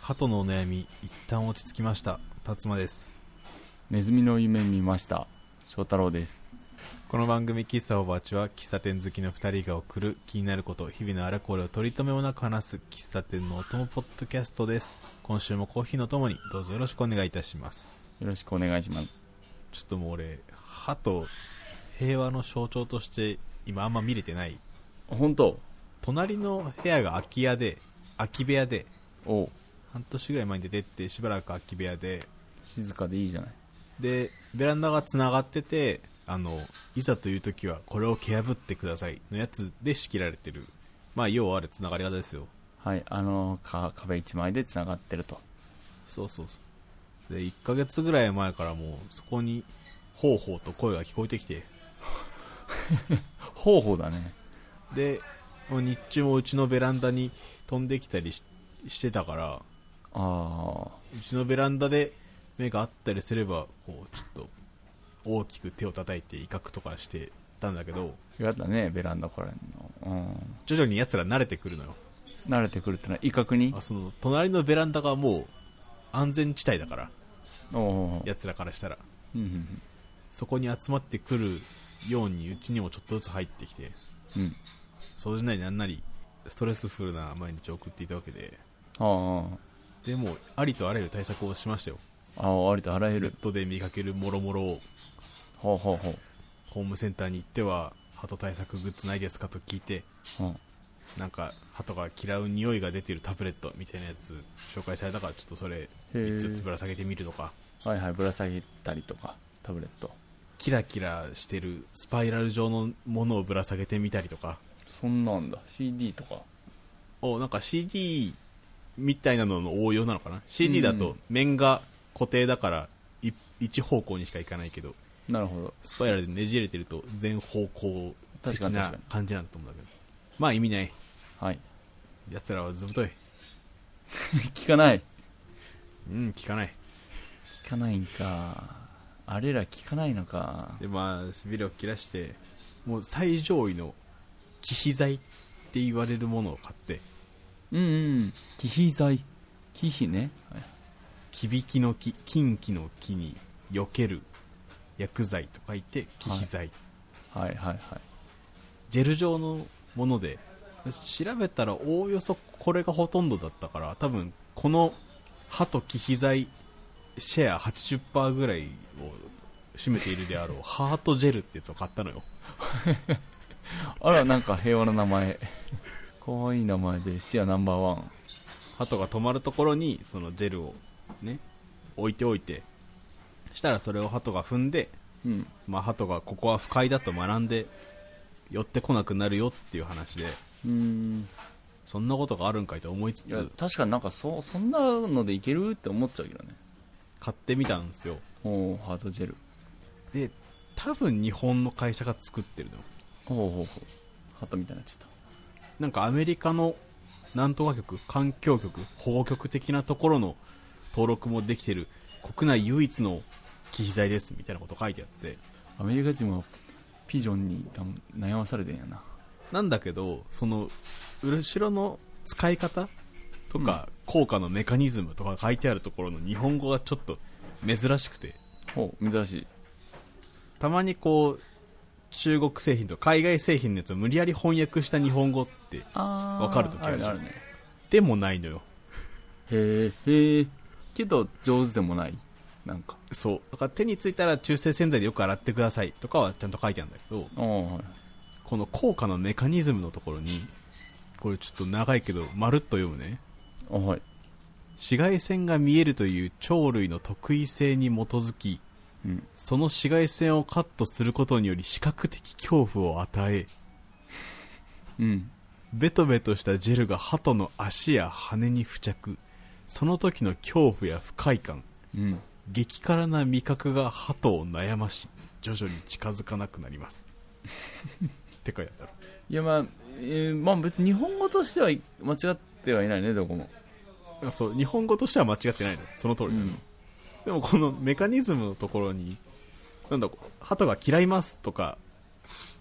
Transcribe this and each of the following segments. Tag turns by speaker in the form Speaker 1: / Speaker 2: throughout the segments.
Speaker 1: 鳩のお悩み一旦落ち着きました辰馬です
Speaker 2: ネズミの夢見ました翔太郎です
Speaker 1: この番組「喫茶おばあち」は喫茶店好きの2人が送る気になること日々のあらこれを取り留めもなく話す喫茶店のお供ポッドキャストです今週もコーヒーのともにどうぞよろしくお願いいたします
Speaker 2: よろしくお願いします
Speaker 1: ちょっともう俺鳩平和の象徴として今あんま見れてない
Speaker 2: 本当
Speaker 1: 隣の部屋が空き家で空き部屋で
Speaker 2: おう
Speaker 1: 半年ぐらい前に出てってしばらく空き部屋で
Speaker 2: 静かでいいじゃない
Speaker 1: でベランダがつながっててあのいざという時はこれを蹴破ってくださいのやつで仕切られてるまあ要はあれつながり方ですよ
Speaker 2: はいあのか壁一枚でつながってると
Speaker 1: そうそうそうで1ヶ月ぐらい前からもうそこにほうほうと声が聞こえてきて
Speaker 2: 方法だね
Speaker 1: でもう日中もうちのベランダに飛んできたりししてたから
Speaker 2: あ
Speaker 1: うちのベランダで目が合ったりすればこうちょっと大きく手を叩いて威嚇とかしてたんだけど
Speaker 2: あやだねベランダからの
Speaker 1: 徐々に奴ら慣れてくるのよ
Speaker 2: うん慣れてくるってのは威嚇に
Speaker 1: あその隣のベランダがもう安全地帯だから
Speaker 2: おおう、
Speaker 1: 奴らからしたら
Speaker 2: うんうん
Speaker 1: そこに集まってくるようにうちにもちょっとずつ入ってきて
Speaker 2: うんうん
Speaker 1: 掃除なりなんなりストレスフルな毎日を送っていたわけで
Speaker 2: あ
Speaker 1: でもうありとあらゆる対策をしましたよ
Speaker 2: あああありとあらゆ
Speaker 1: ネッ
Speaker 2: る
Speaker 1: トで見かけるもろもろを
Speaker 2: ほうほうほ
Speaker 1: ホームセンターに行っては鳩対策グッズないですかと聞いて
Speaker 2: う、うん、
Speaker 1: なんか鳩が嫌う匂いが出てるタブレットみたいなやつ紹介されたからちょっとそれ
Speaker 2: ー
Speaker 1: 3つずつぶら下げてみるとか
Speaker 2: はいはいぶら下げたりとかタブレット
Speaker 1: キラキラしてるスパイラル状のものをぶら下げてみたりとか
Speaker 2: そんなんだ CD とか
Speaker 1: おなんか CD みたいなのの応用なのかな CD だ
Speaker 2: う
Speaker 1: と
Speaker 2: ん
Speaker 1: 面が固定だからい一方向にしか行かないけど
Speaker 2: なるほど
Speaker 1: スパイラルでねじれてると全方向的
Speaker 2: 確かに確
Speaker 1: な
Speaker 2: かに
Speaker 1: 感じなんだと思うんだけどまあ意味ない
Speaker 2: はい
Speaker 1: やつらはずぶとい
Speaker 2: 聞かない
Speaker 1: うん聞かない
Speaker 2: 聞かないんかあれら聞かないのか
Speaker 1: でまあしびれを切らしてもう最上位の忌避剤って言われるものを買って
Speaker 2: うんうん忌避剤忌避ね、はい
Speaker 1: きびきの木近畿の木に避ける薬剤と書いて忌避剤、
Speaker 2: はいはいはい
Speaker 1: ジェル状のもので調べたらおおよそこれがほとんどだったから多分この歯と忌避剤シェア80%ぐらいを占めているであろうハートジェルってやつを買ったのよ
Speaker 2: あらなんか平和な名前 かわいい名前でシアナンバーワン
Speaker 1: 鳩が止まるところにそのジェルをね置いておいてしたらそれを鳩が踏んで、
Speaker 2: うん
Speaker 1: まあ、鳩がここは不快だと学んで寄ってこなくなるよっていう話で
Speaker 2: うーん
Speaker 1: そんなことがあるんかいと思いつ
Speaker 2: いや
Speaker 1: つ
Speaker 2: 確かになんかそそんなのでいけるって思っちゃうけどね
Speaker 1: 買ってみたんですよ
Speaker 2: おおハートジェル
Speaker 1: で多分日本の会社が作ってるの
Speaker 2: ほうほうほうハートみたいになっちゃっ
Speaker 1: なんかアメリカのなんとか局環境局保護局的なところの登録もできてる国内唯一の機材ですみたいなこと書いてあって
Speaker 2: たアメリカ人はピジョンに悩悩まされてんやな
Speaker 1: なんだけどその後ろの使い方とか、効果のメカニズムとか書いてあるところの日本語がちょっと珍しくて
Speaker 2: ほう珍しい
Speaker 1: たまにこう中国製品とか海外製品のやつを無理やり翻訳した日本語って
Speaker 2: あー
Speaker 1: わかる時あ
Speaker 2: あ
Speaker 1: る
Speaker 2: る
Speaker 1: じ
Speaker 2: ね
Speaker 1: ゃん
Speaker 2: あるね
Speaker 1: でもないのよ
Speaker 2: へえへえけど上手でもないなんか
Speaker 1: そうだから手についたら中性洗剤でよく洗ってくださいとかはちゃんと書いてあるんだけど
Speaker 2: ああ
Speaker 1: この効果のメカニズムのところにこれちょっと長いけどまるっと読むね
Speaker 2: あはい
Speaker 1: 紫外線が見えるという鳥類の特異性に基づき
Speaker 2: うん
Speaker 1: その紫外線をカットすることにより視覚的恐怖を与え
Speaker 2: うん
Speaker 1: ベトベトしたジェルが鳩の足や羽に付着その時の恐怖や不快感
Speaker 2: うん
Speaker 1: 激辛な味覚が鳩を悩まし徐々に近づかなくなりますって書いてある
Speaker 2: いやまあ、えーまあ別に日本語としてはい間違ってはいないねどこも
Speaker 1: あそう日本語としては間違ってないのその通りなの、
Speaker 2: うん
Speaker 1: でもこのメカニズムのところになんだ鳩が嫌いますとか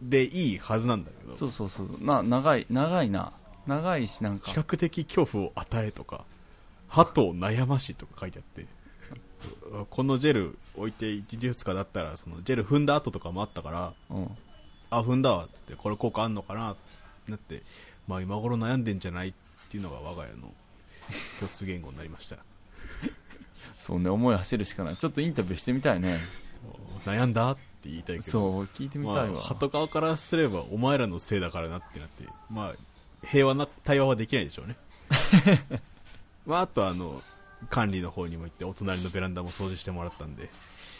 Speaker 1: でいいはずなんだけど
Speaker 2: そうそうそうな長い長いな長いしなん
Speaker 1: 視
Speaker 2: か
Speaker 1: 覚的恐怖を与えとか歯と悩ましいとか書いてあってこのジェル置いて1日2日だったらそのジェル踏んだ後とかもあったから
Speaker 2: うん
Speaker 1: あ踏んだわっつってこれ効果あんのかなってなって、まあ、今頃悩んでんじゃないっていうのが我が家の共通言語になりました
Speaker 2: そうね思い馳せるしかないちょっとインタビューしてみたいね
Speaker 1: 悩んだって言いたいけど
Speaker 2: そう聞いてみたい
Speaker 1: ま
Speaker 2: わ
Speaker 1: あ、鳩川からすればお前らのせいだからなってなって、まあ、平和な対話はできないでし ょうねまああとはあの管理の方にも行ってお隣のベランダも掃除してもらったんで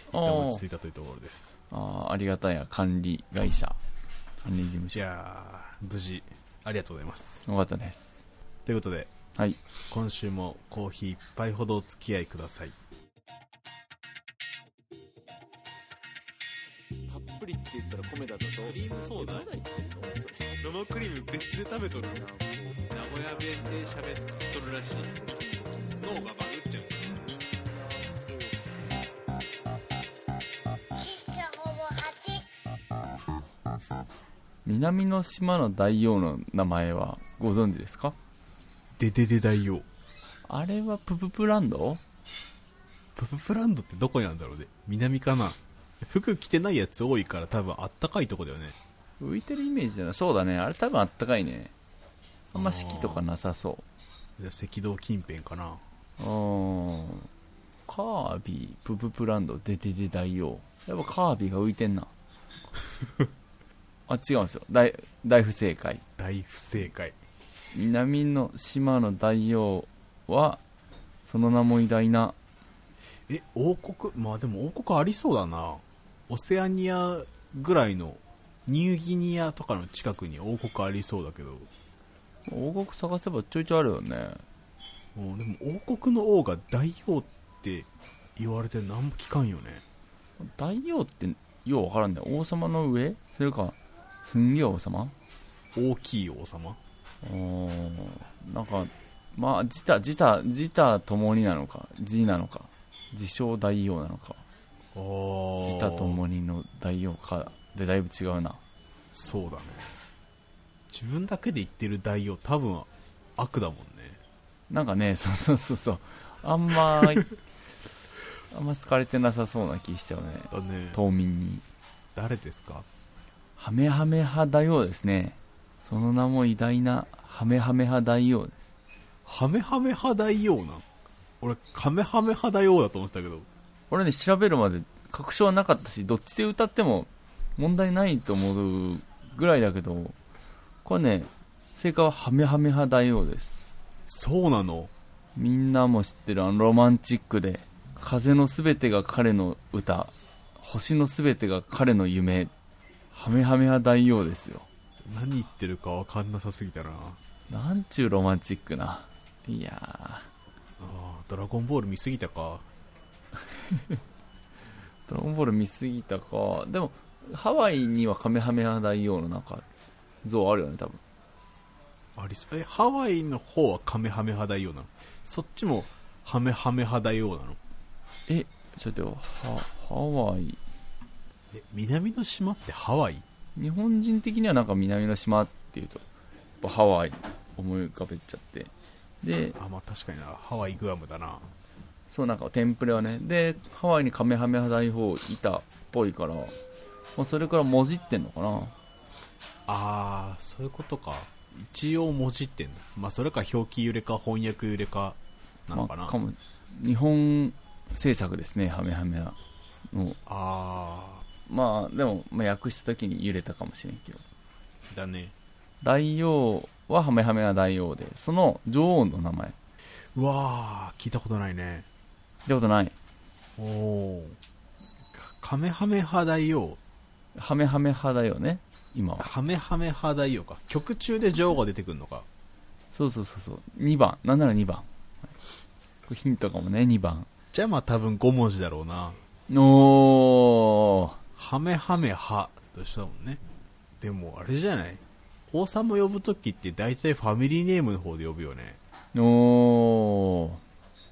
Speaker 1: 一旦
Speaker 2: お
Speaker 1: 落ち着
Speaker 2: ー
Speaker 1: いたというところです
Speaker 2: あーありがたいや管理会社管理事務
Speaker 1: い
Speaker 2: 所よ
Speaker 1: やー無事ありがとうございます
Speaker 2: かったです
Speaker 1: ということで
Speaker 2: はい
Speaker 1: 今週もコーヒー一杯ほどお付き合いください
Speaker 3: たっぷりって言ったら米田だぞ
Speaker 1: クリームソーダ
Speaker 3: えまだ言ってんの
Speaker 1: 生クリーム別で食べとる名古屋弁で喋っとるらしい脳がバグっちゃう
Speaker 4: 喫茶ほぼ8。
Speaker 2: 南の島の大王の名前はご存知ですか
Speaker 1: デデデ大王
Speaker 2: あれはプププランド
Speaker 1: プププランドってどこにあるんだろうね南かな服着てないやつ多いから多分あったかいとこだよね
Speaker 2: 浮いてるイメージだなそうだねあれ多分あったかいねあんま四季とかなさそ
Speaker 1: じゃあ赤道近辺かな
Speaker 2: ううんカービィプププランドデデデ大王やっぱカービィが浮いてんなあ違うんですよ大大不正解
Speaker 1: 大不正解
Speaker 2: 南の島の大王はその名も偉大な
Speaker 1: え王国まあでも王国ありそうだなオセアニアぐらいのニューギニアとかの近くに王国ありそうだけど
Speaker 2: 王国探せばちょいちょいあるよね
Speaker 1: もうでも王国の王が大王って言われて何も聞かんよね
Speaker 2: 大王ってようわからんね王様の上それかすんげえ王様
Speaker 1: 大きい王様
Speaker 2: おなんかまあ自他自他自他ともになのか自なのか自称大王なのか
Speaker 1: あ
Speaker 2: 自他と
Speaker 1: あ
Speaker 2: もにの大王かでだいぶ違うな
Speaker 1: そうだね自分だけで言ってる大王多分悪だもんね
Speaker 2: なんかね そうそうそうそうあんま あんま好かれてなさそうな気しちゃうね
Speaker 1: だね
Speaker 2: 島民に
Speaker 1: 誰ですか
Speaker 2: ハメハメ派大王ですねその名も偉大なハメハメ派大王です
Speaker 1: ハメハメ派大王なん俺カメハメ派大王だと思ってたけど
Speaker 2: 俺ね調べるまで確証はなかったしどっちで歌っても問題ないと思うぐらいだけどこれね正解はハメハメ派大王です
Speaker 1: そうなの
Speaker 2: みんなも知ってるあのロマンチックで「風のすべてが彼の歌星のすべてが彼の夢」ハメハメ派大王ですよ
Speaker 1: 何言ってるか分かんなさすぎたな
Speaker 2: なんちゅうロマンチックないや
Speaker 1: あードラゴンボール見すぎたか
Speaker 2: ードラゴンボール見すぎたかでもハワイにはカメハメ派大王のなんか像あるよね多分
Speaker 1: ありそうえハワイの方はカメハメ派大王なのそっちもハメハメ派大王なの
Speaker 2: えちょっと待ってよはハワイ
Speaker 1: え南の島ってハワイ
Speaker 2: 日本人的にはなんか南の島っていうとやっぱハワイ思い浮かべちゃってで
Speaker 1: あまあ確かになハワイグアムだな
Speaker 2: そうなんかテンプレはねでハワイにカメハメ派大砲いたっぽいから、まあ、それからもじってんのかな
Speaker 1: ああそういうことか一応文字ってんだまあそれか表記揺れか翻訳揺れかなのかな、
Speaker 2: まあ、かも日本制作ですねハメハメはの
Speaker 1: あ
Speaker 2: まあでも、まあ、訳した時に揺れたかもしれんけど
Speaker 1: あだね
Speaker 2: 大王はハメハメが大王でその女王の名前
Speaker 1: うわー聞いたことないね
Speaker 2: 聞いたことない
Speaker 1: おおーカメハメ派大王
Speaker 2: ハメハメ派だよね今は
Speaker 1: ハメハメ派大王か曲中で女王が出てくるのか
Speaker 2: そうそうそうそう2番なんなら2番、はいこれヒントかもね2番
Speaker 1: じゃあまあ多分5文字だろうな
Speaker 2: おー
Speaker 1: ハメハメ派としたもんねでもあれじゃない王様呼ぶ時って大体ファミリーネームの方で呼ぶよね
Speaker 2: おー
Speaker 1: っ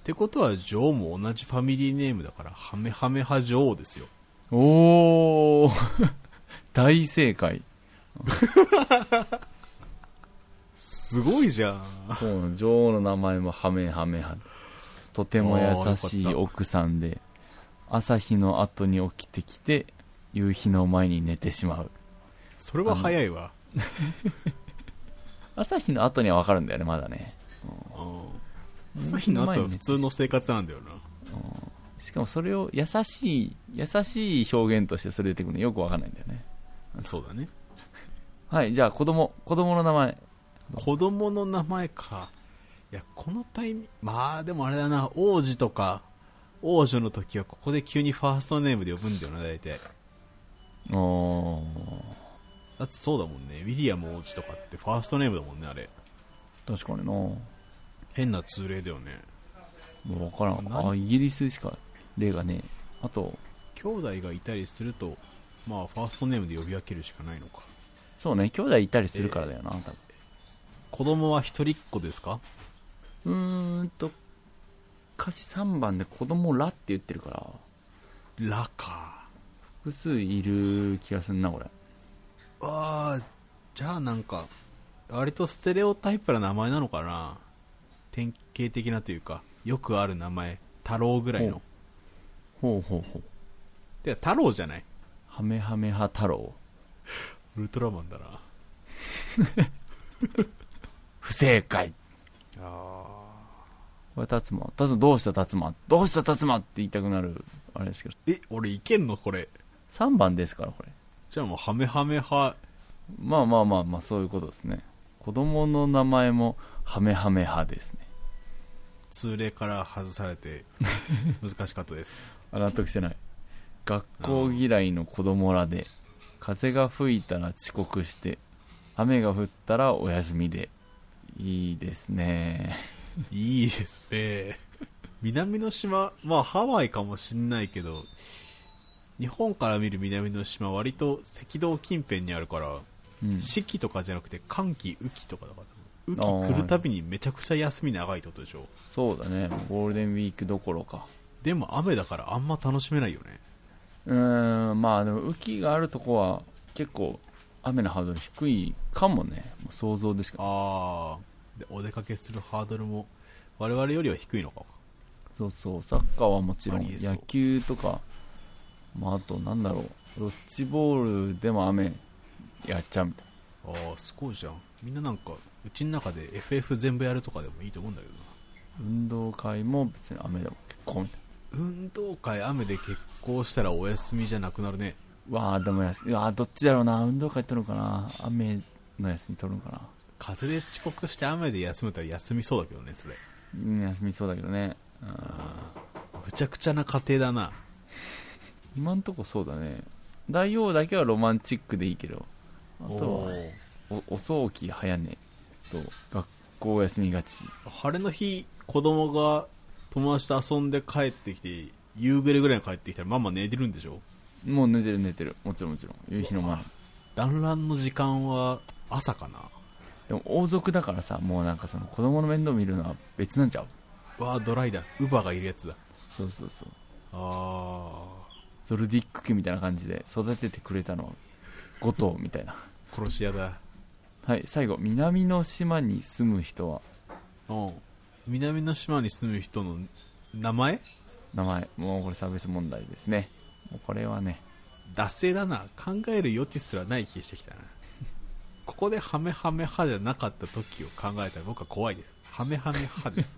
Speaker 1: てことは女王も同じファミリーネームだからハメハメ派女王ですよ
Speaker 2: おー 大正解
Speaker 1: すごいじゃん
Speaker 2: そう女王の名前もハメハメ派とても優し
Speaker 1: あーよかっ
Speaker 2: い
Speaker 1: た
Speaker 2: 奥さんで朝日の後に起きてきて夕日の前に寝てしまう
Speaker 1: それは早いわ
Speaker 2: 朝日の後には分かるんだよねまだね
Speaker 1: うん朝日の後は普通の生活なんだよな
Speaker 2: しかもそれを優しい優しい表現としてそれ出てくるのよく分かんないんだよね
Speaker 1: そうだね
Speaker 2: はいじゃあ子供子供の名前
Speaker 1: 子供の名前かいやこのタイミングまあでもあれだな王子とか王女の時はここで急にファーストネームで呼ぶんだよな大体
Speaker 2: おー
Speaker 1: だってそうだもんねウィリアム王子とかってファーストネームだもんねあれ
Speaker 2: 確かにな
Speaker 1: 変な通例だよね
Speaker 2: もう分からん
Speaker 1: 何
Speaker 2: あイギリスしか例がねえあと
Speaker 1: 兄弟がいたりするとまあファーストネームで呼び分けるしかないのか
Speaker 2: そうね兄弟いたりするからだよな、多分
Speaker 1: 子供は一人っ子ですか
Speaker 2: うーんと歌詞3番で子供らって言ってるから
Speaker 1: ラか
Speaker 2: 複数いる気がすんなこれ
Speaker 1: あーじゃあなんか割とステレオタイプな名前なのかな典型的なというかよくある名前太郎ぐらい
Speaker 2: ほ
Speaker 1: の
Speaker 2: ほうほうほう
Speaker 1: てか太郎じゃない
Speaker 2: ハメハメ派太郎
Speaker 1: ウルトラマンだな
Speaker 2: 不正解
Speaker 1: あ
Speaker 2: これ達馬達馬どうした達馬どうした達馬って言いたくなるあれですけど
Speaker 1: え俺いけんのこれ
Speaker 2: 3番ですからこれ
Speaker 1: じゃあもうハメハメ派
Speaker 2: まあまあまあまあそういうことですね子供の名前もハメハメ派ですね
Speaker 1: 通例から外されて難しかったです
Speaker 2: あ納得してない学校嫌いの子供らで風が吹いたら遅刻して雨が降ったらお休みでいいですね
Speaker 1: いいですね南の島まあハワイかもしんないけど日本から見る南の島割と赤道近辺にあるから
Speaker 2: うん
Speaker 1: 四季とかじゃなくて寒季雨季とかだから多分雨季来るたびにめちゃくちゃ休み長いってことでしょ
Speaker 2: そうだねゴールデンウィークどころか
Speaker 1: でも雨だからあんま楽しめないよね
Speaker 2: うーんまあでも雨季があるとこは結構雨のハードル低いかもねもう想像でしか
Speaker 1: ああでお出かけするハードルも我々よりは低いのか
Speaker 2: そうそうサッカーはもちろ
Speaker 1: あ
Speaker 2: ん
Speaker 1: りえそう
Speaker 2: 野球とかまああとなんだろうドッジボールでも雨やっちゃうみたいな
Speaker 1: ああすごいじゃんみんななんかうちの中で FF 全部やるとかでもいいと思うんだけどな
Speaker 2: 運動会も別に雨でも結構みたい
Speaker 1: 運動会雨で結婚したらお休みじゃなくなるね
Speaker 2: なうわあでもやすうわーどっちだろうな運動会取るのかな雨の休み取るのかな
Speaker 1: 風で遅刻して雨で休めたら休みそうだけどねそれ
Speaker 2: うん休みそうだけどね、うん、
Speaker 1: むちゃくちゃな家庭だな
Speaker 2: 今んとこそうだね大王だけはロマンチックでいいけどあと
Speaker 1: お
Speaker 2: は
Speaker 1: ー
Speaker 2: お遅起き早寝と学校休みがち
Speaker 1: 晴れの日子供が友達と遊んで帰ってきて夕暮れぐらいに帰ってきたらママ寝てるんでしょ
Speaker 2: もう寝てる寝てるもちろんもちろん夕日の前
Speaker 1: 団らんの時間は朝かな
Speaker 2: でも王族だからさもうなんかその子供の面倒見るのは別なんちゃう
Speaker 1: わあドライだウバがいるやつだ
Speaker 2: そうそうそう
Speaker 1: あ
Speaker 2: ゾルディック家みたいな感じで育ててくれたのは五島みたいな
Speaker 1: ー殺し屋だ
Speaker 2: はい最後南の島に住む人は
Speaker 1: うん南の島に住む人の名前
Speaker 2: 名前もうこれサービス問題ですねもうこれはね
Speaker 1: 惰性だな考える余地すらない気してきたな ここでハメハメ派じゃなかった時を考えたら僕は怖いですハメハメ派です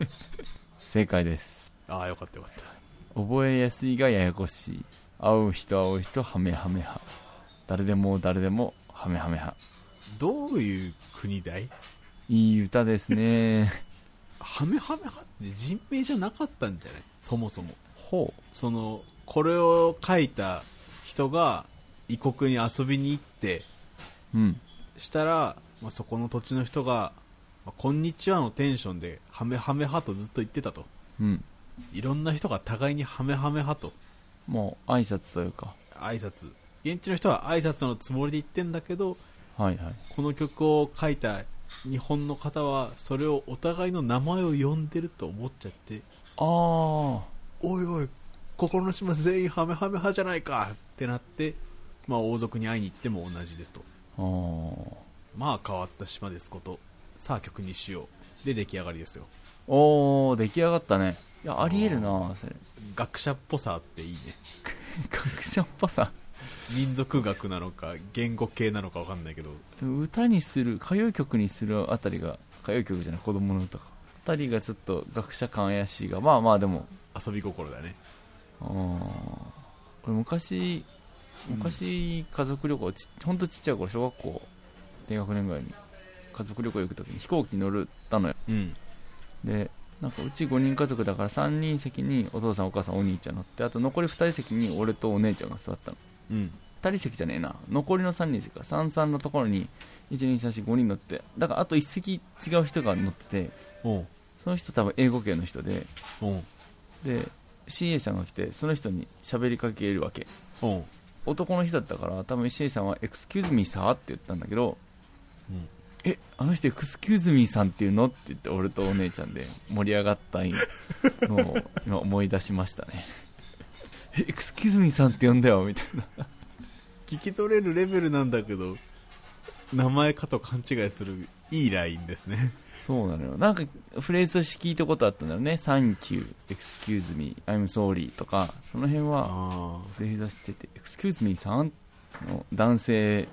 Speaker 2: 正解です
Speaker 1: ああよかったよかった
Speaker 2: 覚えやすいがややこしい会う人会う人ハメハメ派誰でも誰でもハメハメ派
Speaker 1: どういう国だい
Speaker 2: いい歌ですね
Speaker 1: ハメハメ派って人名じゃなかったんじゃないそもそも
Speaker 2: ほう
Speaker 1: そのこれを書いた人が異国に遊びに行って
Speaker 2: うん
Speaker 1: したら、まあ、そこの土地の人が「まあこんにちは」のテンションで「ハメハメ派」とずっと言ってたと
Speaker 2: うん
Speaker 1: いろんな人が互いに「ハメハメ派」と
Speaker 2: もう挨拶というか
Speaker 1: 挨拶現地の人は挨拶のつもりで言ってんだけど
Speaker 2: はいはい
Speaker 1: この曲を書いた日本の方はそれをお互いの名前を呼んでると思っちゃって
Speaker 2: ああ
Speaker 1: おいおい心の島全員ハメハメ派じゃないかってなって、まあ、王族に会いに行っても同じですと
Speaker 2: あー
Speaker 1: まあ変わった島ですことさあ曲にしようで出来上がりですよ
Speaker 2: おー出来上がったねいやありえるなそれ
Speaker 1: 学者っぽさあっていいね
Speaker 2: 学者っぽさ
Speaker 1: 民族学なのか言語系なのか分かんないけど
Speaker 2: 歌にする歌謡曲にするあたりが歌謡曲じゃない子供の歌かあたりがちょっと学者感怪しいがまあまあでも
Speaker 1: 遊び心だね
Speaker 2: あー俺昔昔家族旅行ちほんとちっちゃい頃小学校低学年ぐらいに家族旅行行く時に飛行機に乗るたのよ
Speaker 1: うん
Speaker 2: でなんかうち5人家族だから3人席にお父さんお母さんお兄ちゃん乗ってあと残り2人席に俺とお姉ちゃんが座ったの
Speaker 1: うん
Speaker 2: 2人席じゃねえな残りの3人席か33のところに12345人乗ってだからあと1席違う人が乗ってて
Speaker 1: おう
Speaker 2: その人多分英語系の人で
Speaker 1: おう
Speaker 2: で CA さんが来てその人に喋りかけるわけ
Speaker 1: おう
Speaker 2: 男の人だったから多分 CA さんは「エクスキューズミーさ」って言ったんだけど
Speaker 1: うん
Speaker 2: 「えあの人エクスキューズミーさんっていうの?」って言って俺とお姉ちゃんで盛り上がったのを今思い出しましたね「えエクスキューズミーさんって呼んだよ」みたいな
Speaker 1: 聞き取れるレベルなんだけど名前かと勘違いするいいラインですね
Speaker 2: そうなのよなんかフレーズとして聞いたことあったんだよね「サンキュー」「エクスキューズミー」「アイムソーリー」とかその辺は
Speaker 1: ああ
Speaker 2: フレーズは知ってて「エクスキューズミーさん」の男性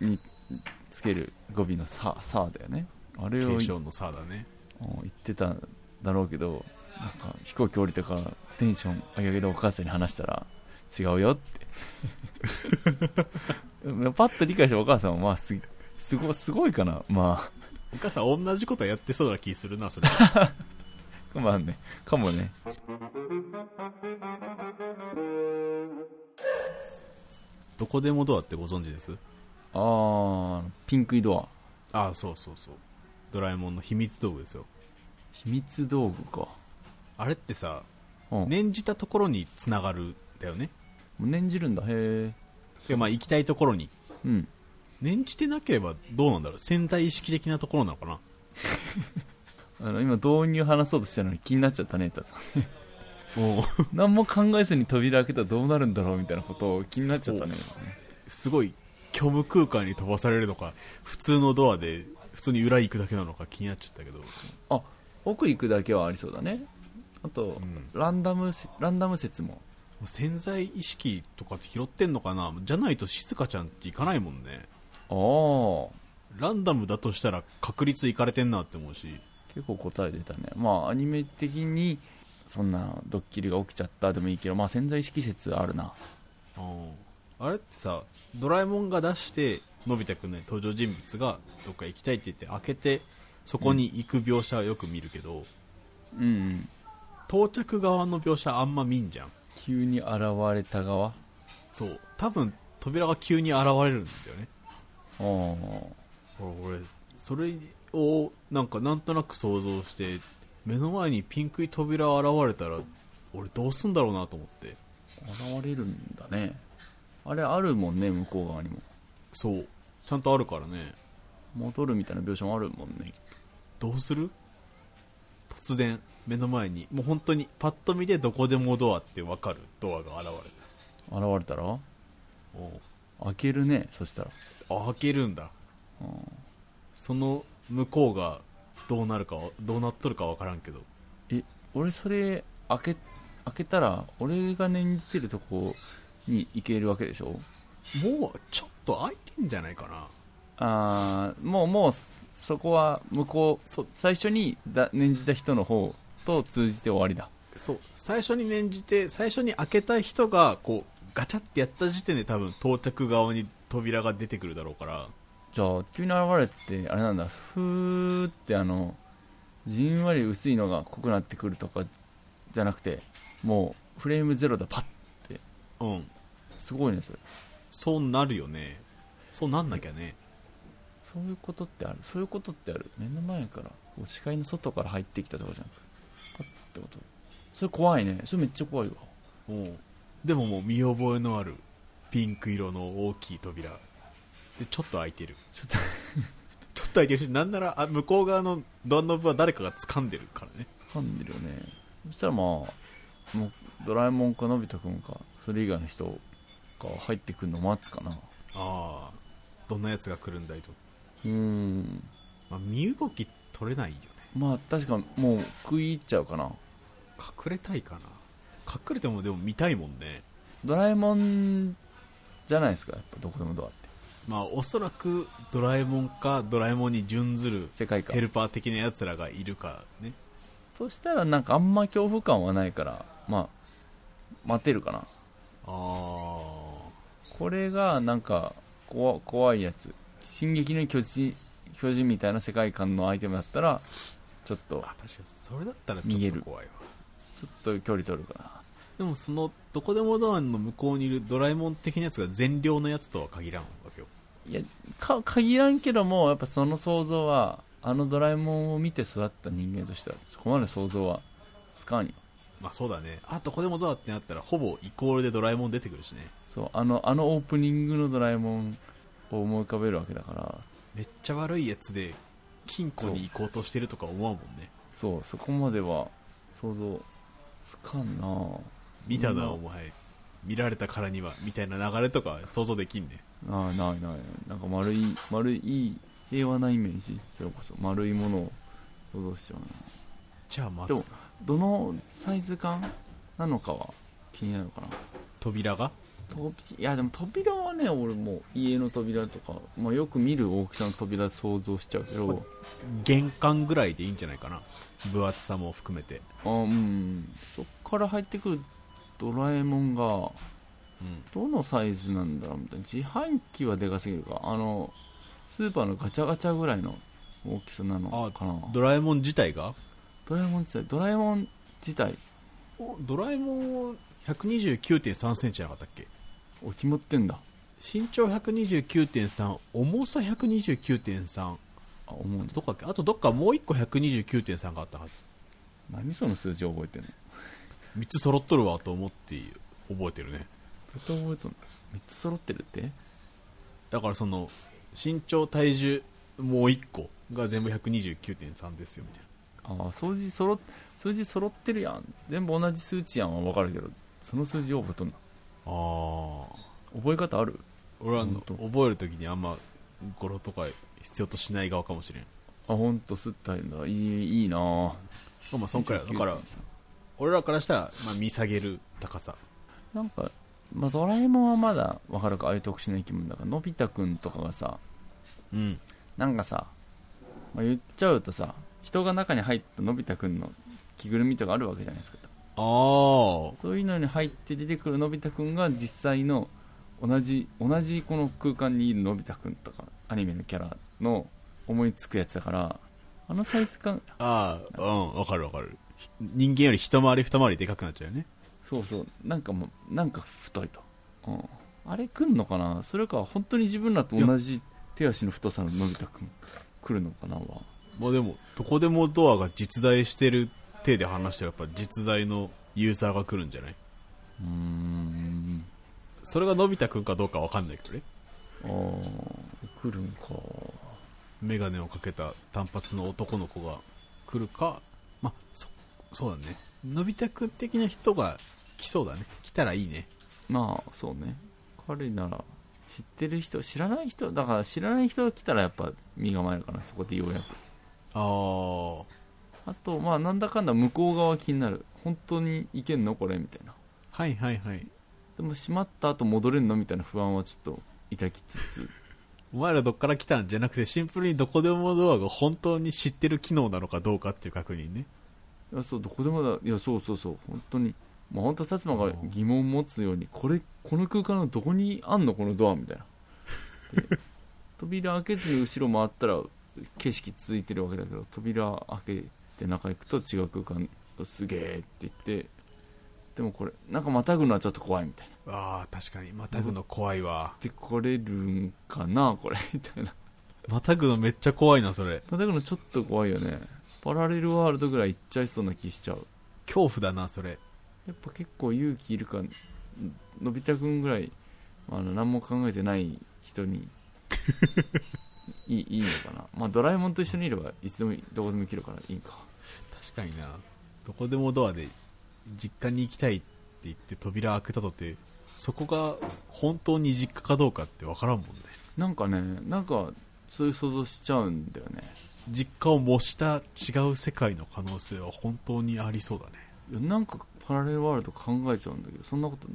Speaker 2: につける語尾の「さ」「さ」だよねあれを
Speaker 1: 継承の差だね
Speaker 2: うん言ってたんだろうけどなんか飛行機降りてからテンション上げ上げでお母さんに話したら違うよって パッと理解したお母さんはまあすすごすごいかなま
Speaker 1: お母さん同じことやってそうな気するなそれ
Speaker 2: あまあねかもね
Speaker 1: どこでもドアってご存知です
Speaker 2: ああピンクいドア
Speaker 1: ああそうそうそうドラえもんの秘密道具ですよ
Speaker 2: 秘密道具か、
Speaker 1: あれってさ
Speaker 2: うん、
Speaker 1: 念じたところにつながるんだよね
Speaker 2: 念じるんだへえ
Speaker 1: いやまあ行きたいところに
Speaker 2: うん
Speaker 1: 念じてなければどうなんだろう潜在意識的なところなのかな
Speaker 2: あの今導入話そうとしたのに気になっちゃったねたさん
Speaker 1: もう
Speaker 2: 何も考えずに扉開けたらどうなるんだろうみたいなことを気になっちゃったね
Speaker 1: すごい虚無空間に飛ばされるのか普通のドアで普通に裏行くだけなのか気になっちゃったけど
Speaker 2: あ奥行くだけはありそうだねあと、
Speaker 1: ん
Speaker 2: ランダムせランダム説も
Speaker 1: 潜在意識とかって拾ってんのかなじゃないと静香ちゃんって行かないもんね
Speaker 2: ああ
Speaker 1: ランダムだとしたら確率いかれてんなって思うし
Speaker 2: 結構答え出たねまあアニメ的にそんなドッキリが起きちゃったでもいいけどまあ潜在意識説あるな
Speaker 1: あれってさドラえもんが出してのび太くんの登場人物がどっか行きたいって言って開けてそこに行く描写はよく見るけど、
Speaker 2: うん、うん、
Speaker 1: 到着側の描写あんま見んじゃん
Speaker 2: 急に現れた側あ
Speaker 1: そう多分扉が急に現れるんだよね
Speaker 2: あー
Speaker 1: 俺俺それをなんかなんとなく想像して目の前にピンクい扉現れたら俺どうすんだろうなと思って
Speaker 2: 現れるんだねあれあるもんね向こう側にも
Speaker 1: そうちゃんとあるからね
Speaker 2: 戻るみたいな描写もあるもんね
Speaker 1: どうする突然目の前にもう本当にパッと見でどこでもドアって分かるドアが現れ
Speaker 2: 現れたら
Speaker 1: たおう
Speaker 2: 開けるねそしたら
Speaker 1: あ開けるんだ
Speaker 2: うん
Speaker 1: その向こうがどうなるかはどうなっとるか分からんけど
Speaker 2: え俺それ開け開けたら俺が念じてるとこに行けるわけでしょ
Speaker 1: もうちょっと開いてんじゃないかな
Speaker 2: あーもうもうそそこは向こう
Speaker 1: そう
Speaker 2: 最初にだ念じた人の方と通じて終わりだ
Speaker 1: そう最初に念じて最初に開けた人がこうガチャってやった時点で多分到着側に扉が出てくるだろうから
Speaker 2: じゃあ急に現れてあれなんだふーってあのじんわり薄いのが濃くなってくるとかじゃなくてもうフレームゼロだパッ
Speaker 1: うん
Speaker 2: すごいねそれ
Speaker 1: そうなるよねそうなんなきゃね
Speaker 2: そういうことってあるそういうことってある目の前からこう視界の外から入ってきたとかじゃなくてパッてことそれ怖いねそれめっちゃ怖いわ
Speaker 1: うんでももう見覚えのあるピンク色の大きい扉でちょっと開いてる
Speaker 2: ちょっと
Speaker 1: ちょっと開いてるしなんならあ向こう側のドアノブは誰かが掴んでるからね
Speaker 2: 噛んでるよねそしたらまあもうドラえもんかのび太くんかそれ以外の人が入ってくるのを待つかな
Speaker 1: ああどんなやつが来るんだいと、
Speaker 2: うーん
Speaker 1: まあ、身動き取れないよね
Speaker 2: まあ確かもう食い入っちゃうかな
Speaker 1: 隠れたいかな隠れてもでも見たいもんね
Speaker 2: ドラえもんじゃないですかやっぱどこでもドアって
Speaker 1: まあおそらくドラえもんかドラえもんに準ずる
Speaker 2: 世界
Speaker 1: ヘ
Speaker 2: 観
Speaker 1: ルパー的なやつらがいるかね
Speaker 2: そしたらなんかあんま恐怖感はないからまあ待てるかな
Speaker 1: あ
Speaker 2: これがなんか怖怖いやつ「進撃の巨人」巨人みたいな世界観のアイテムだったらちょっと
Speaker 1: ーあ確かにそれだったらち
Speaker 2: 逃
Speaker 1: ょ
Speaker 2: げ
Speaker 1: っと
Speaker 2: る
Speaker 1: 怖いわ
Speaker 2: ちょっと距離取るかな
Speaker 1: でもそのどこでもドアの向こうにいるドラえもん的なやつが善良なやつとは限らんわけよ
Speaker 2: いやか限らんけどもやっぱその想像はあのドラえもんを見て育った人間としてはそこまで想像はつかんよ
Speaker 1: まあそうだねあどこでもドアってなったらほぼイコールでドラえもん出てくるしね
Speaker 2: そうあのあのオープニングのドラえもんを思い浮かべるわけだから
Speaker 1: めっちゃ悪いやつで金庫に行こうとしてるとか思わんもんね
Speaker 2: そうそこまでは想像つかんな
Speaker 1: 見た
Speaker 2: う
Speaker 1: なんお前見られたからにはみたいな流れとか想像できんね
Speaker 2: ないないないなんか丸い丸いいい平和なイメージそれこそ丸いものを想像しちゃうな
Speaker 1: じゃあ待
Speaker 2: で
Speaker 1: つ
Speaker 2: もどのサイズ感なのかは気になるかな
Speaker 1: 扉が
Speaker 2: 扉いやでも扉はね俺もう家の扉とか、まあ、よく見る大きさの扉想像しちゃうけど
Speaker 1: 玄関ぐらいでいいんじゃないかな分厚さも含めて、
Speaker 2: あうんそっから入ってくるドラえもんが
Speaker 1: うん、
Speaker 2: どのサイズなんだろうみたいな自販機はでかすぎるかあのスーパーのガチャガチャぐらいの大きさなのかな
Speaker 1: ドラえもん自体が
Speaker 2: ドラえもん自体ドラえもん自体
Speaker 1: おドラえもんは129.3センチじゃなかったっけ
Speaker 2: お決まってんだ
Speaker 1: 身長129.3重さ129.3
Speaker 2: あ思うんだ
Speaker 1: どっかっけあとどっかもう1個129.3があったはず
Speaker 2: 何その数字覚えてんの
Speaker 1: 3つ揃っとるわと思って覚えてるね
Speaker 2: 絶対覚えとんだ3つ揃ってるって
Speaker 1: だからその身長体重もう1個が全部129.3ですよみたいな
Speaker 2: ああ数字揃っ数字揃ってるやん全部同じ数値やんは分かるけどその数字覚えとんの
Speaker 1: ああ
Speaker 2: 覚え方ある
Speaker 1: 俺はあの
Speaker 2: ほんと
Speaker 1: 覚える時にあんま語呂とか必要としない側かもしれん
Speaker 2: あ本当すったんだいいいいなあ
Speaker 1: まあそんくらいだから俺らからしたら、まあ、見下げる高さ
Speaker 2: なんか、まあ、ドラえもんはまだ分かるかああいう特殊な生き物だからのび太くんとかがさ
Speaker 1: うん
Speaker 2: なんかさ、まあ、言っちゃうとさ人が中に入ったのび太くんの着ぐるみとかあるわけじゃないですか
Speaker 1: ああ
Speaker 2: そういうのに入って出てくるのび太くんが実際の同じ同じこの空間にいるのび太くんとかアニメのキャラの思いつくやつだからあのサイズ感
Speaker 1: ああうんわかるわかる人間より一回り二回りでかくなっちゃうよね
Speaker 2: そうそうなんかもうなんか太いと、うん、あれくんのかなそれか本当に自分らと同じ手足の太さののび太くん来るのかなは
Speaker 1: まあでもどこでもドアが実在してる体で話したらやっぱ実在のユーザーが来るんじゃないう
Speaker 2: ーん
Speaker 1: それがのび太くんかどうかわかんないけどね
Speaker 2: ああ来るんか
Speaker 1: 眼鏡をかけた短髪の男の子が来るかまあそそうだねのび太くん的な人が来そうだね来たらいいね
Speaker 2: まあそうね彼なら知ってる人知らない人だから知らない人が来たらやっぱ身構えるかなそこでようやく
Speaker 1: ああ
Speaker 2: あとまあなんだかんだ向こう側気になる本当に行けんのこれみたいな
Speaker 1: はいはいはい
Speaker 2: でも閉まった後戻れんのみたいな不安はちょっと抱きつつ
Speaker 1: お前らどっから来たんじゃなくてシンプルにどこでもドアが本当に知ってる機能なのかどうかっていう確認ね
Speaker 2: いやそうどこでもだいやそうそうそう本当にまあ本当薩摩が疑問を持つようにこれこの空間のどこにあんのこのドアみたいなで 扉開けずに後ろ回ったら景色続いてるわけだけど扉開けて中行くと違う空間すげえって言ってでもこれなんかまたぐのはちょっと怖いみたいな
Speaker 1: ああ確かにまたぐの怖いわ
Speaker 2: で来れるんかなこれみたいな
Speaker 1: またぐのめっちゃ怖いなそれ
Speaker 2: またぐのちょっと怖いよねパラレルワールドぐらい行っちゃいそうな気しちゃう
Speaker 1: 恐怖だなそれ
Speaker 2: やっぱ結構勇気いるかんのび太くんぐらいあの何も考えてない人にいいいいのかな、まあ、ドラえもんと一緒にいればいつでもどこでも行けるからいいか
Speaker 1: 確かになどこでもドアで実家に行きたいって言って扉開けたとてそこが本当に実家かどうかって分からんもんね
Speaker 2: なんかねなんかそういう想像しちゃうんだよね
Speaker 1: 実家を模した違う世界の可能性は本当にありそうだね
Speaker 2: いやなんかパラレルワールド考えちゃうんだけどそんなこと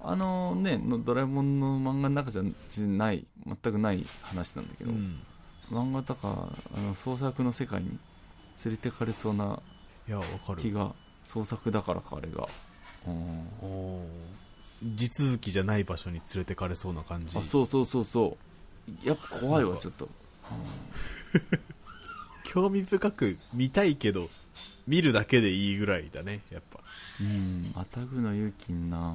Speaker 2: あのねのドラえもんの漫画の中じゃ全然ない全くない話なんだけど、
Speaker 1: うん
Speaker 2: 漫画とかあの創作の世界に連れてかれそうない
Speaker 1: やわか
Speaker 2: 気
Speaker 1: る
Speaker 2: が創作だからかあれがうん
Speaker 1: おー地続きじゃない場所に連れてかれそうな感じ
Speaker 2: あそうそうそうそうやっぱ怖いわ
Speaker 1: なんか
Speaker 2: ちょっと
Speaker 1: 興味深く見たいけど見るだけでいいぐらいだねやっぱ
Speaker 2: うんまたぐの勇気ん
Speaker 1: や
Speaker 2: な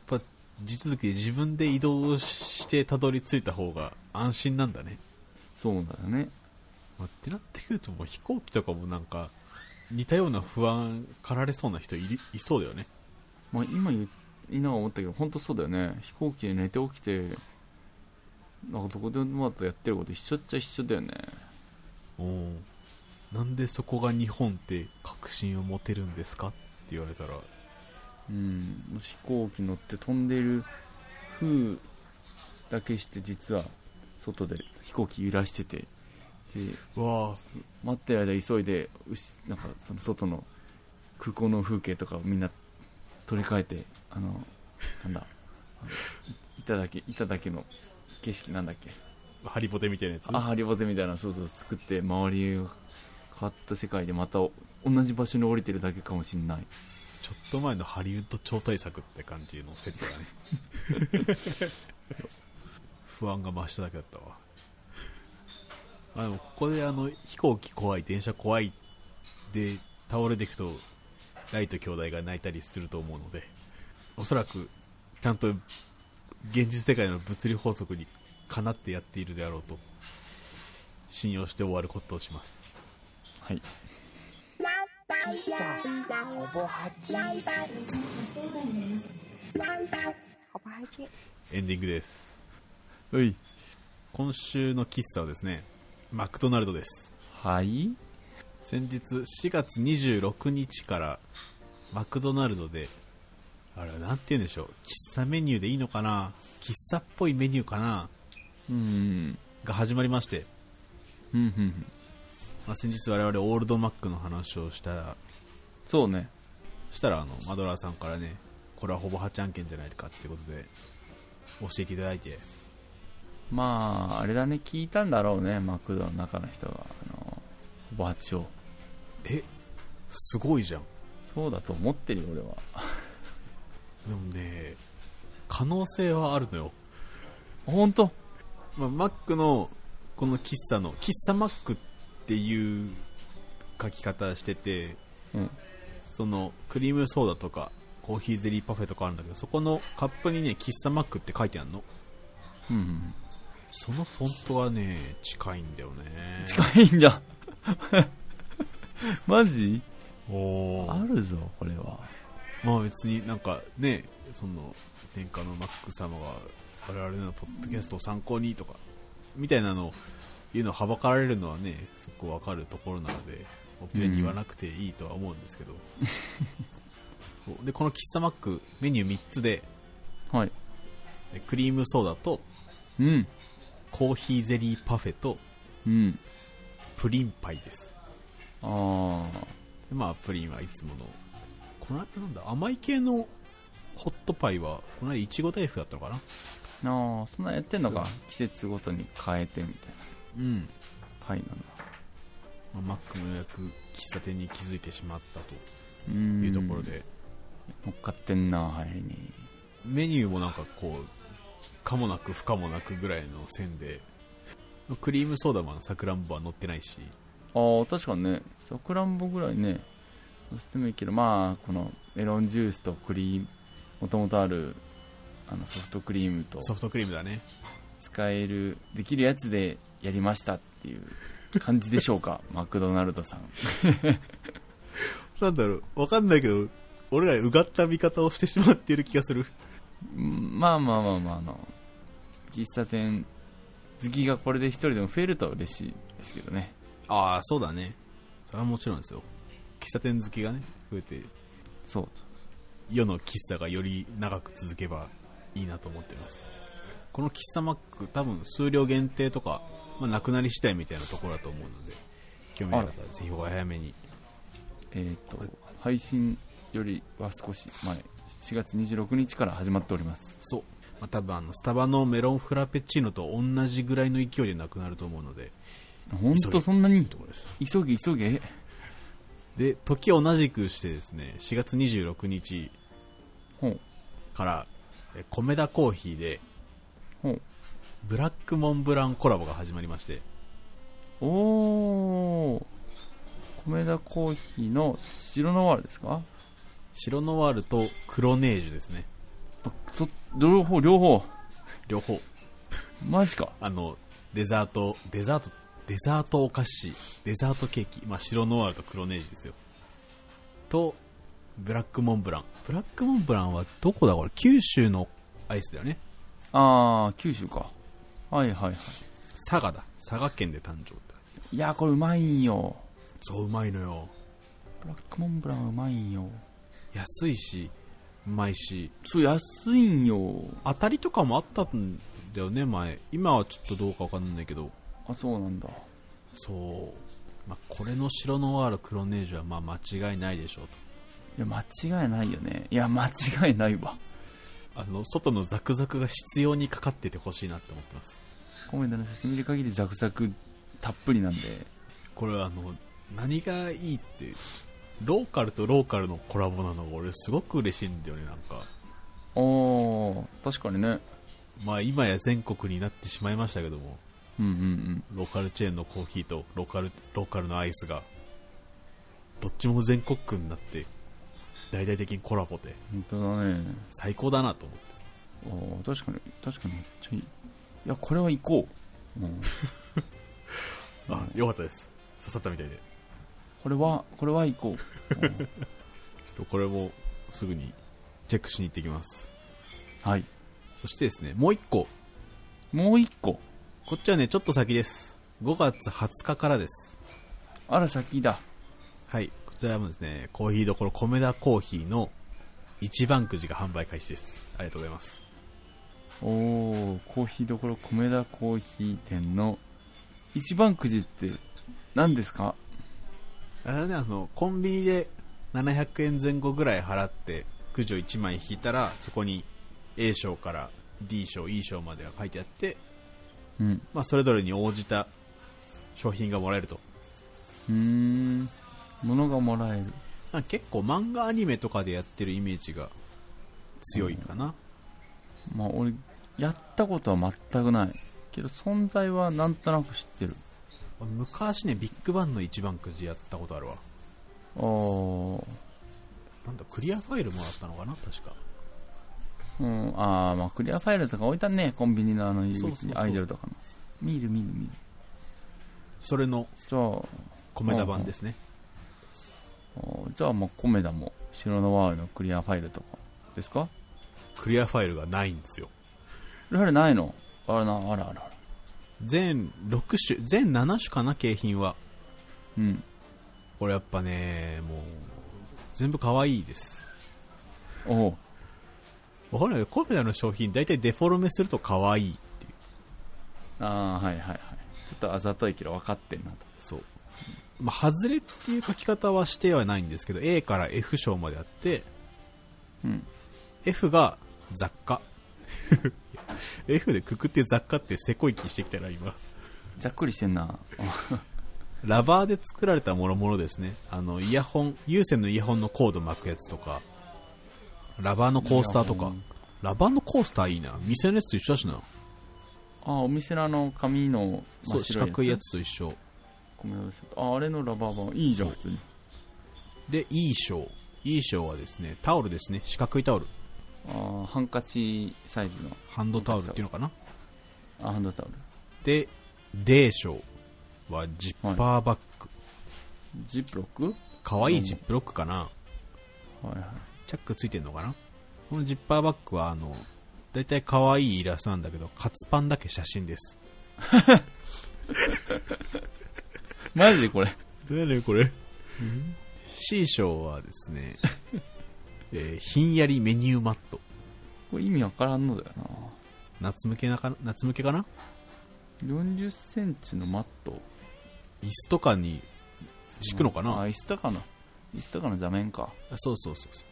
Speaker 1: っぱ地続きで自分で移動してたどり着いた方が安心なんだね、
Speaker 2: そうだよね
Speaker 1: まあってなってくるともう飛行機とかもなんか似たような不安かられそうな人いりいそうだよね
Speaker 2: まあ、今言いながら思ったけど本当そうだよね飛行機で寝て起きてなんかどこでもとやってること一緒っちゃ一緒だよね
Speaker 1: おーなんでそこが日本って確信を持てるんですかって言われたら
Speaker 2: うんもし飛行機乗って飛んでる風だけして実は外で飛行機揺らしててで
Speaker 1: わあ
Speaker 2: 待ってる間急いでうしなんかその外の空港の風景とかをみんな取り替えてあのなんだあのい板だけ板だけの景色なんだっけ
Speaker 1: ハリボテみたいなやつ
Speaker 2: あハリボテみたいなそうそう作って周りが変わった世界でまたお同じ場所に降りてるだけかもしんない
Speaker 1: ちょっと前のハリウッド超大作って感じのセットだね 不安が増しただけだったわあでもここであの飛行機怖い電車怖いで倒れていくとライト兄弟が泣いたりすると思うのでおそらくちゃんと現実世界の物理法則にかなってやっているであろうと信用して終わることとします
Speaker 2: はい
Speaker 4: 好吧，还听。
Speaker 1: エンディングです
Speaker 2: うい
Speaker 1: 今週の喫茶はですねマクドナルドです
Speaker 2: はい
Speaker 1: 先日4月26日からマクドナルドであれはなんて言うんでしょう喫茶メニューでいいのかな喫茶っぽいメニューかな
Speaker 2: うん
Speaker 1: が始まりまして、
Speaker 2: うんうんうん
Speaker 1: まあ、先日我々オールドマックの話をしたら
Speaker 2: そうね
Speaker 1: したらあのマドラーさんからねこれはほぼ8案件じゃないかっていうことで教えていただいて
Speaker 2: まああれだね聞いたんだろうねマクドの中の人があのおばあちを
Speaker 1: えすごいじゃん
Speaker 2: そうだと思ってるよ俺は
Speaker 1: でもね可能性はあるのよ
Speaker 2: 本当
Speaker 1: まあ、マックのこの喫茶の喫茶マックっていう書き方してて
Speaker 2: うん
Speaker 1: そのクリームソーダとかコーヒーゼリーパフェとかあるんだけどそこのカップにね喫茶マックって書いてあるの
Speaker 2: うんうん
Speaker 1: そのフォントがね近いんだよね
Speaker 2: 近いんだ マジ
Speaker 1: お
Speaker 2: あるぞこれは
Speaker 1: まあ別になんかねその天下のマック様が我々のポッドキャストを参考にとかみたいなのを言うのはばかられるのはねすごくわかるところなのでおっぺんに言わなくていいとは思うんですけど、そうでこの喫茶マックメニュー3つで
Speaker 2: はい
Speaker 1: えクリームソーダと
Speaker 2: うん
Speaker 1: コーヒーゼリーパフェと
Speaker 2: うん
Speaker 1: プリンパイです
Speaker 2: ああ
Speaker 1: でまあプリンはいつものこの間なんだ甘い系のホットパイはこの間いちご大福だったのかな
Speaker 2: ああそんなんやってんのか季節ごとに変えてみたい
Speaker 1: うん
Speaker 2: なパイなんだ
Speaker 1: まあマックもようやく喫茶店に気づいてしまったと
Speaker 2: うーん
Speaker 1: いうところで、
Speaker 2: 乗っかってんな流行りに
Speaker 1: メニューもなんかこうかもなく不可もなくぐらいの線でクリームソーダもあのさくらんぼは乗ってないし
Speaker 2: ああ確かにねさくらんぼぐらいねそしてもいいけどまあこのメロンジュースとクリームもともとあるあのソフトクリームと
Speaker 1: ソフトクリームだね
Speaker 2: 使えるできるやつでやりましたっていう感じでしょう かマクドナルドさん
Speaker 1: なんだろうわかんないけど俺らうがった見方をしてしまっている気がする
Speaker 2: うんまあまあまあまああの喫茶店好きがこれで一人でも増えると嬉しいですけどね
Speaker 1: ああそうだねそれはもちろんですよ喫茶店好きがね増えて
Speaker 2: そう
Speaker 1: 世の喫茶がより長く続けばいいなと思ってますこの喫茶マック多分数量限定とか、まあ、なくなり次第みたいなところだと思うので興味なかったらぜひお早めに
Speaker 2: えっ、と配信よりは少し前4月26日から始まっております
Speaker 1: そう、まあ、多分あのスタバのメロンフラペチーノと同じぐらいの勢いでなくなると思うので
Speaker 2: 本当そんな
Speaker 1: いい
Speaker 2: に
Speaker 1: ところです
Speaker 2: 急げ急げ
Speaker 1: で時を同じくしてですね4月26日
Speaker 2: ほう
Speaker 1: からえ米田コーヒーで
Speaker 2: ほう
Speaker 1: ブラックモンブランコラボが始まりまして
Speaker 2: おお米田コーヒーの白ノワールですか
Speaker 1: 白ノワールとクロネージュですね
Speaker 2: あそ両方両方
Speaker 1: 両方
Speaker 2: マジか
Speaker 1: あのデザートデザートデザートお菓子デザートケーキ、まあ、白ノワールとクロネージュですよとブラックモンブランブラックモンブランはどこだこれ九州のアイスだよね
Speaker 2: ああ九州かはいはいはい
Speaker 1: 佐賀だ佐賀県で誕生って
Speaker 2: いやーこれうまいんよ
Speaker 1: そううまいのよ
Speaker 2: ブラックモンブランうまいんよ
Speaker 1: 安いしうまいし
Speaker 2: そう安いんよ
Speaker 1: 当たりとかもあったんだよね前今はちょっとどうかわかんないけど
Speaker 2: あそうなんだ
Speaker 1: そう、まあ、これの白ノワールクロネージュはまあ間違いないでしょうと
Speaker 2: いや間違いないよねいや間違いないわ
Speaker 1: あの外のザクザクが必要にかかっててほしいなって思ってます
Speaker 2: コメントの写真見る限りザクザクたっぷりなんで
Speaker 1: これはあの何がいいってローカルとローカルのコラボなのが俺すごく嬉しいんだよねなんか
Speaker 2: ああ確かにね
Speaker 1: まあ今や全国になってしまいましたけども
Speaker 2: うんうんうん
Speaker 1: ローカルチェーンのコーヒーとローカルローカルのアイスがどっちも全国区になって大々的にコラボで
Speaker 2: 本当だね
Speaker 1: 最高だなと思って
Speaker 2: あー確かに確かにめっちゃいいいやこれは行こう、うん、
Speaker 1: あよかったです刺さったみたいで
Speaker 2: これはこれは行こう、うん
Speaker 1: ちょっとこれもすぐにチェックしに行ってきます
Speaker 2: はい
Speaker 1: そしてですねもう一個
Speaker 2: もう一個
Speaker 1: こっちはねちょっと先です5月20日からです
Speaker 2: あら先だ
Speaker 1: はいこちらもですねコーヒーどころ米田コーヒーの一番くじが販売開始ですありがとうございます
Speaker 2: おおコーヒーどころ米田コーヒー店の一番くじって何ですか
Speaker 1: あれだねあのコンビニで700円前後ぐらい払ってくじを1枚引いたらそこに A 賞から D 賞 E 賞までが書いてあって、
Speaker 2: うん
Speaker 1: まあ、それぞれに応じた商品がもらえると
Speaker 2: うーん物がもらえる
Speaker 1: なんか結構漫画アニメとかでやってるイメージが強いかな、
Speaker 2: まあ俺やったことは全くないけど存在はなんとなく知ってる
Speaker 1: 昔ねビッグバンの一番くじやったことあるわ
Speaker 2: あー
Speaker 1: なんだクリアファイルもらったのかな確か
Speaker 2: うんあーまあクリアファイルとか置いたねコンビニのあの入り
Speaker 1: そうそうそう
Speaker 2: 口にアイドルとかの見る見る見る
Speaker 1: それの
Speaker 2: じゃあ
Speaker 1: 米田版ですね、
Speaker 2: あーじゃあもうコメダも白のワールのクリアファイルとかですか
Speaker 1: クリアファイルがないんですよ
Speaker 2: クリアファイルないのあらなあらあらあら
Speaker 1: 全6種全7種かな景品は
Speaker 2: うん
Speaker 1: これやっぱねもう全部可愛いです
Speaker 2: おお
Speaker 1: わかんないけどコメダの商品大体デフォルメすると可愛いっていう
Speaker 2: ああはいはいはいちょっとあざといけど分かってんなと
Speaker 1: そうまあ外れっていう書き方はしてはないんですけど A から F 賞まであって
Speaker 2: うん
Speaker 1: F が雑貨 F でくくって雑貨ってせこい気してきたら今
Speaker 2: ざっくりして んな
Speaker 1: ラバーで作られたものものですねあのイヤホン有線のイヤホンのコード巻くやつとかラバーのコースターと
Speaker 2: イヤ
Speaker 1: か
Speaker 2: ホン
Speaker 1: ラバーのコースターいいな店のやつと一緒だしな
Speaker 2: あーお店のあの紙の
Speaker 1: そ
Speaker 2: 真っ
Speaker 1: う四
Speaker 2: 白いやつ
Speaker 1: 角いやつと一緒
Speaker 2: 米田ですああれのラバー版いいじゃん普通に
Speaker 1: で E 賞 E 賞はですねタオルですね四角いタオル
Speaker 2: あーハンカチサイズの
Speaker 1: ハンドタオルっていうのかな
Speaker 2: あハンドタオル
Speaker 1: で D 賞はジッパーバッグ、
Speaker 2: ジップロック
Speaker 1: 可愛かわいいジップロックかな、
Speaker 2: はいはい
Speaker 1: チャックついてんのかなこのジッパーバッグはあの大体可愛いイラストなんだけどカツパンだけ写真です
Speaker 2: マジでこれ
Speaker 1: 何これ C 賞はですね、 えーひんやりメニューマット
Speaker 2: これ意味わからんのだよな
Speaker 1: 夏向けなか夏向けかな
Speaker 2: 4 0センチのマット
Speaker 1: 椅子とかに敷くのかな、
Speaker 2: あ椅子とかの言ったかな座面か
Speaker 1: あそうそうそうそ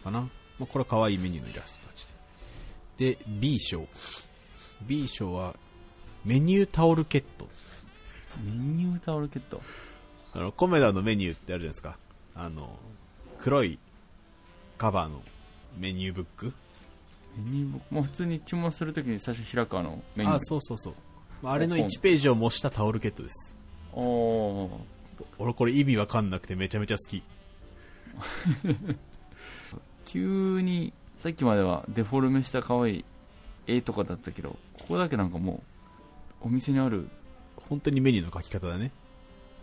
Speaker 1: うかな、まあ、これは可愛いメニューのイラストたちでで B 賞 B 賞はメニュータオルケット
Speaker 2: メニュータオルケット
Speaker 1: あのコメダのメニューってあるじゃないですかあの黒いカバーのメニューブック
Speaker 2: メニュー僕も普通に注文するときに最初開くあのメニュー
Speaker 1: あそうそうそうまああれの
Speaker 2: うん
Speaker 1: 1ページを模したタオルケットです
Speaker 2: おー
Speaker 1: 俺これ意味わかんなくてめちゃめちゃ好き
Speaker 2: 急にさっきまではデフォルメした可愛い絵とかだったけどここだけなんかもうお店にある
Speaker 1: 本当にメニューの書き方だね、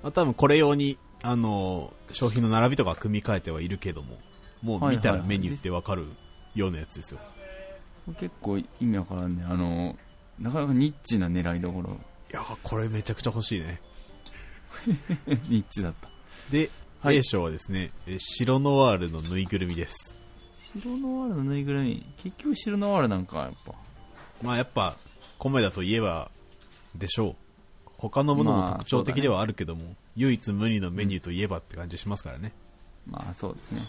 Speaker 1: まあ、多分これ用にあの商品の並びとか組み替えてはいるけどももう見たら
Speaker 2: はいはいはい
Speaker 1: メニューってわかるようなやつですよ
Speaker 2: 結構意味わからんねあのなかなかニッチな狙いどころ
Speaker 1: いやーこれめちゃくちゃ欲しいね
Speaker 2: ニッチだった
Speaker 1: で、
Speaker 2: はい
Speaker 1: A 賞はですねえ白ノワールのぬいぐるみです
Speaker 2: 白ノワールのぬいぐるみ結局白ノワールなんかやっぱ
Speaker 1: まあやっぱコメダといえばでしょう他のものも特徴的ではあるけども、唯一無二のメニューといえばって感じしますからね、
Speaker 2: まあそうですね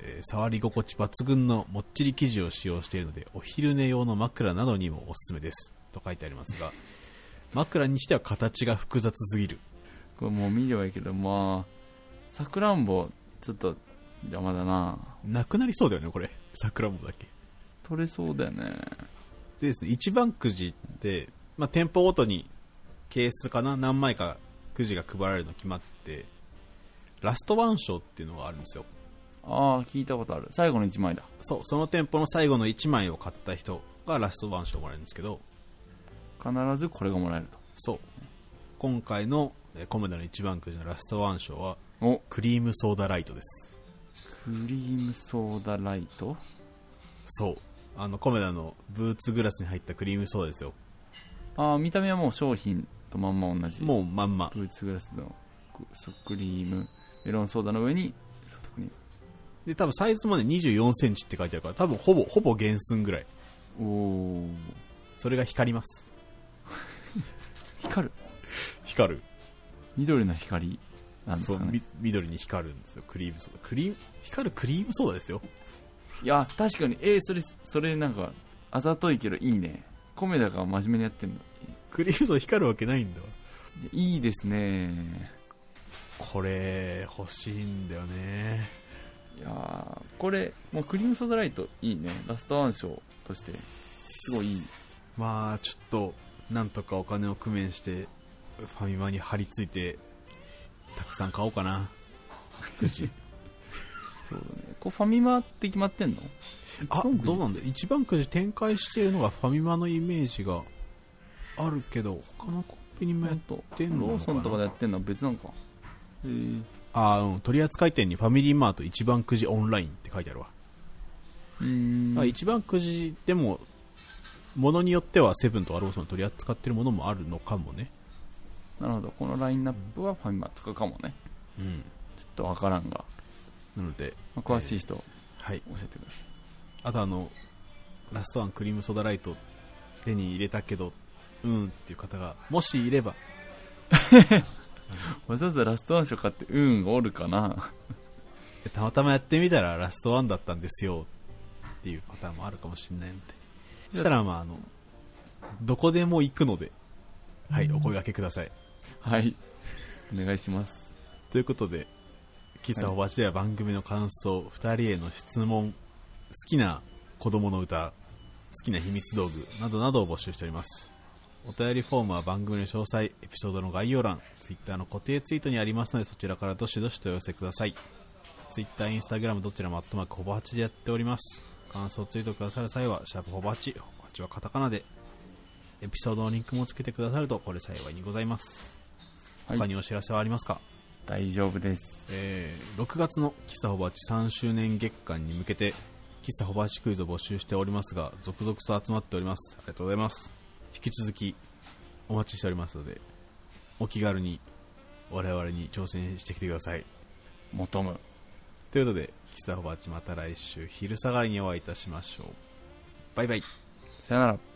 Speaker 1: えー触り心地抜群のもっちり生地を使用しているのでお昼寝用の枕などにもおすすめですと書いてありますが 枕にしては形が複雑すぎる
Speaker 2: これもう見ればいいけどまあさくらんぼちょっと邪魔だな
Speaker 1: なくなりそうだよねこれ 桜もだけ
Speaker 2: 取れそうだよね
Speaker 1: でですね一番くじって、まあ、店舗ごとにケースかな何枚かくじが配られるの決まってラストワン賞っていうのがあるんですよ
Speaker 2: ああ聞いたことある最後の1枚だ
Speaker 1: そうその店舗の最後の1枚を買った人がラストワン賞もらえるんですけど
Speaker 2: 必ずこれがもらえる
Speaker 1: そう今回のえーコメダの一番くじのラストワン賞は
Speaker 2: とお
Speaker 1: クリームソーダライトです
Speaker 2: クリームソーダライト
Speaker 1: そうあのコメダのブーツグラスに入ったクリームソーダですよ
Speaker 2: ああ見た目はもう商品とまんま同じ
Speaker 1: もうまんま
Speaker 2: ブーツグラスのクソクリームメロンソーダの上にソフトクリー
Speaker 1: で多分サイズもね2 4センチって書いてあるから多分ほぼほぼ原寸ぐらい
Speaker 2: ムおお
Speaker 1: それが光ります
Speaker 2: 光る
Speaker 1: 光る
Speaker 2: 緑の光なんです
Speaker 1: そう、
Speaker 2: かね
Speaker 1: み緑に光るんですよクリームソーダクリーム光るクリームソーダですよ
Speaker 2: いや確かにえー、それそれなんかあざといけどいいねコメダが真面目にやってんの
Speaker 1: クリームソーダ光るわけないんだ
Speaker 2: いいですね
Speaker 1: これ欲しいんだよね
Speaker 2: いやーこれもうクリームソーダライトいいねラストワン賞としてすごいいい
Speaker 1: まあちょっとなんとかお金を工面してファミマに張り付いてたくさん買おうかなくじ
Speaker 2: そうだねこうファミマって決まってんの
Speaker 1: あ
Speaker 2: 一番くじ
Speaker 1: どうなんだ一番くじ展開してるのがファミマのイメージがあるけど他のコンビニもやっ
Speaker 2: と
Speaker 1: てんのかな
Speaker 2: ローソンとかでやってんのは別なんかえー、
Speaker 1: あうん取扱店にファミリーマート一番くじオンラインって書いてあるわ、
Speaker 2: うーん
Speaker 1: まあ一番くじでもものによってはセブンとかローソンで取り扱ってるものもあるのかもね
Speaker 2: なるほどこのラインナップはファミマとかかもね
Speaker 1: うん
Speaker 2: ちょっとわからんが、
Speaker 1: なので
Speaker 2: まあ詳しい人教
Speaker 1: はい
Speaker 2: えてください、
Speaker 1: あとあの、ラストワンクリームソーダライト手に入れたけど、うんっていう方が、もしいれば、
Speaker 2: わざわざラストワン賞買ってうんおるかな
Speaker 1: たまたまやってみたらラストワンだったんですよっていうパターンもあるかもしれないので、そしたら、まあ、あの、どこでも行くので、はい、お声掛けください。
Speaker 2: はいお願いします
Speaker 1: ということで、喫茶おばちでは番組の感想、2人への質問、好きな子供の歌、好きな秘密道具などなどを募集しております。お便りフォームは番組の詳細、エピソードの概要欄、Twitter の固定ツイートにありますのでそちらからどしどしとお寄せください。Twitter、Instagram どちらもアットマークほぼ8でやっております。感想ツイートくださる際は、シャープほぼ8、ほぼ8はカタカナで、エピソードのリンクもつけてくださるとこれ幸いにございます。
Speaker 2: はい
Speaker 1: 他にお知らせはありますか、
Speaker 2: 大丈夫です
Speaker 1: えー6月の喫茶ほばち3周年月間に向けて喫茶ほばちクイズを募集しておりますが続々と集まっておりますありがとうございます引き続きお待ちしておりますのでお気軽に我々に挑戦してきてください
Speaker 2: 求む
Speaker 1: ということで喫茶ほばちまた来週昼下がりにお会いいたしましょうバイバイ
Speaker 2: さよなら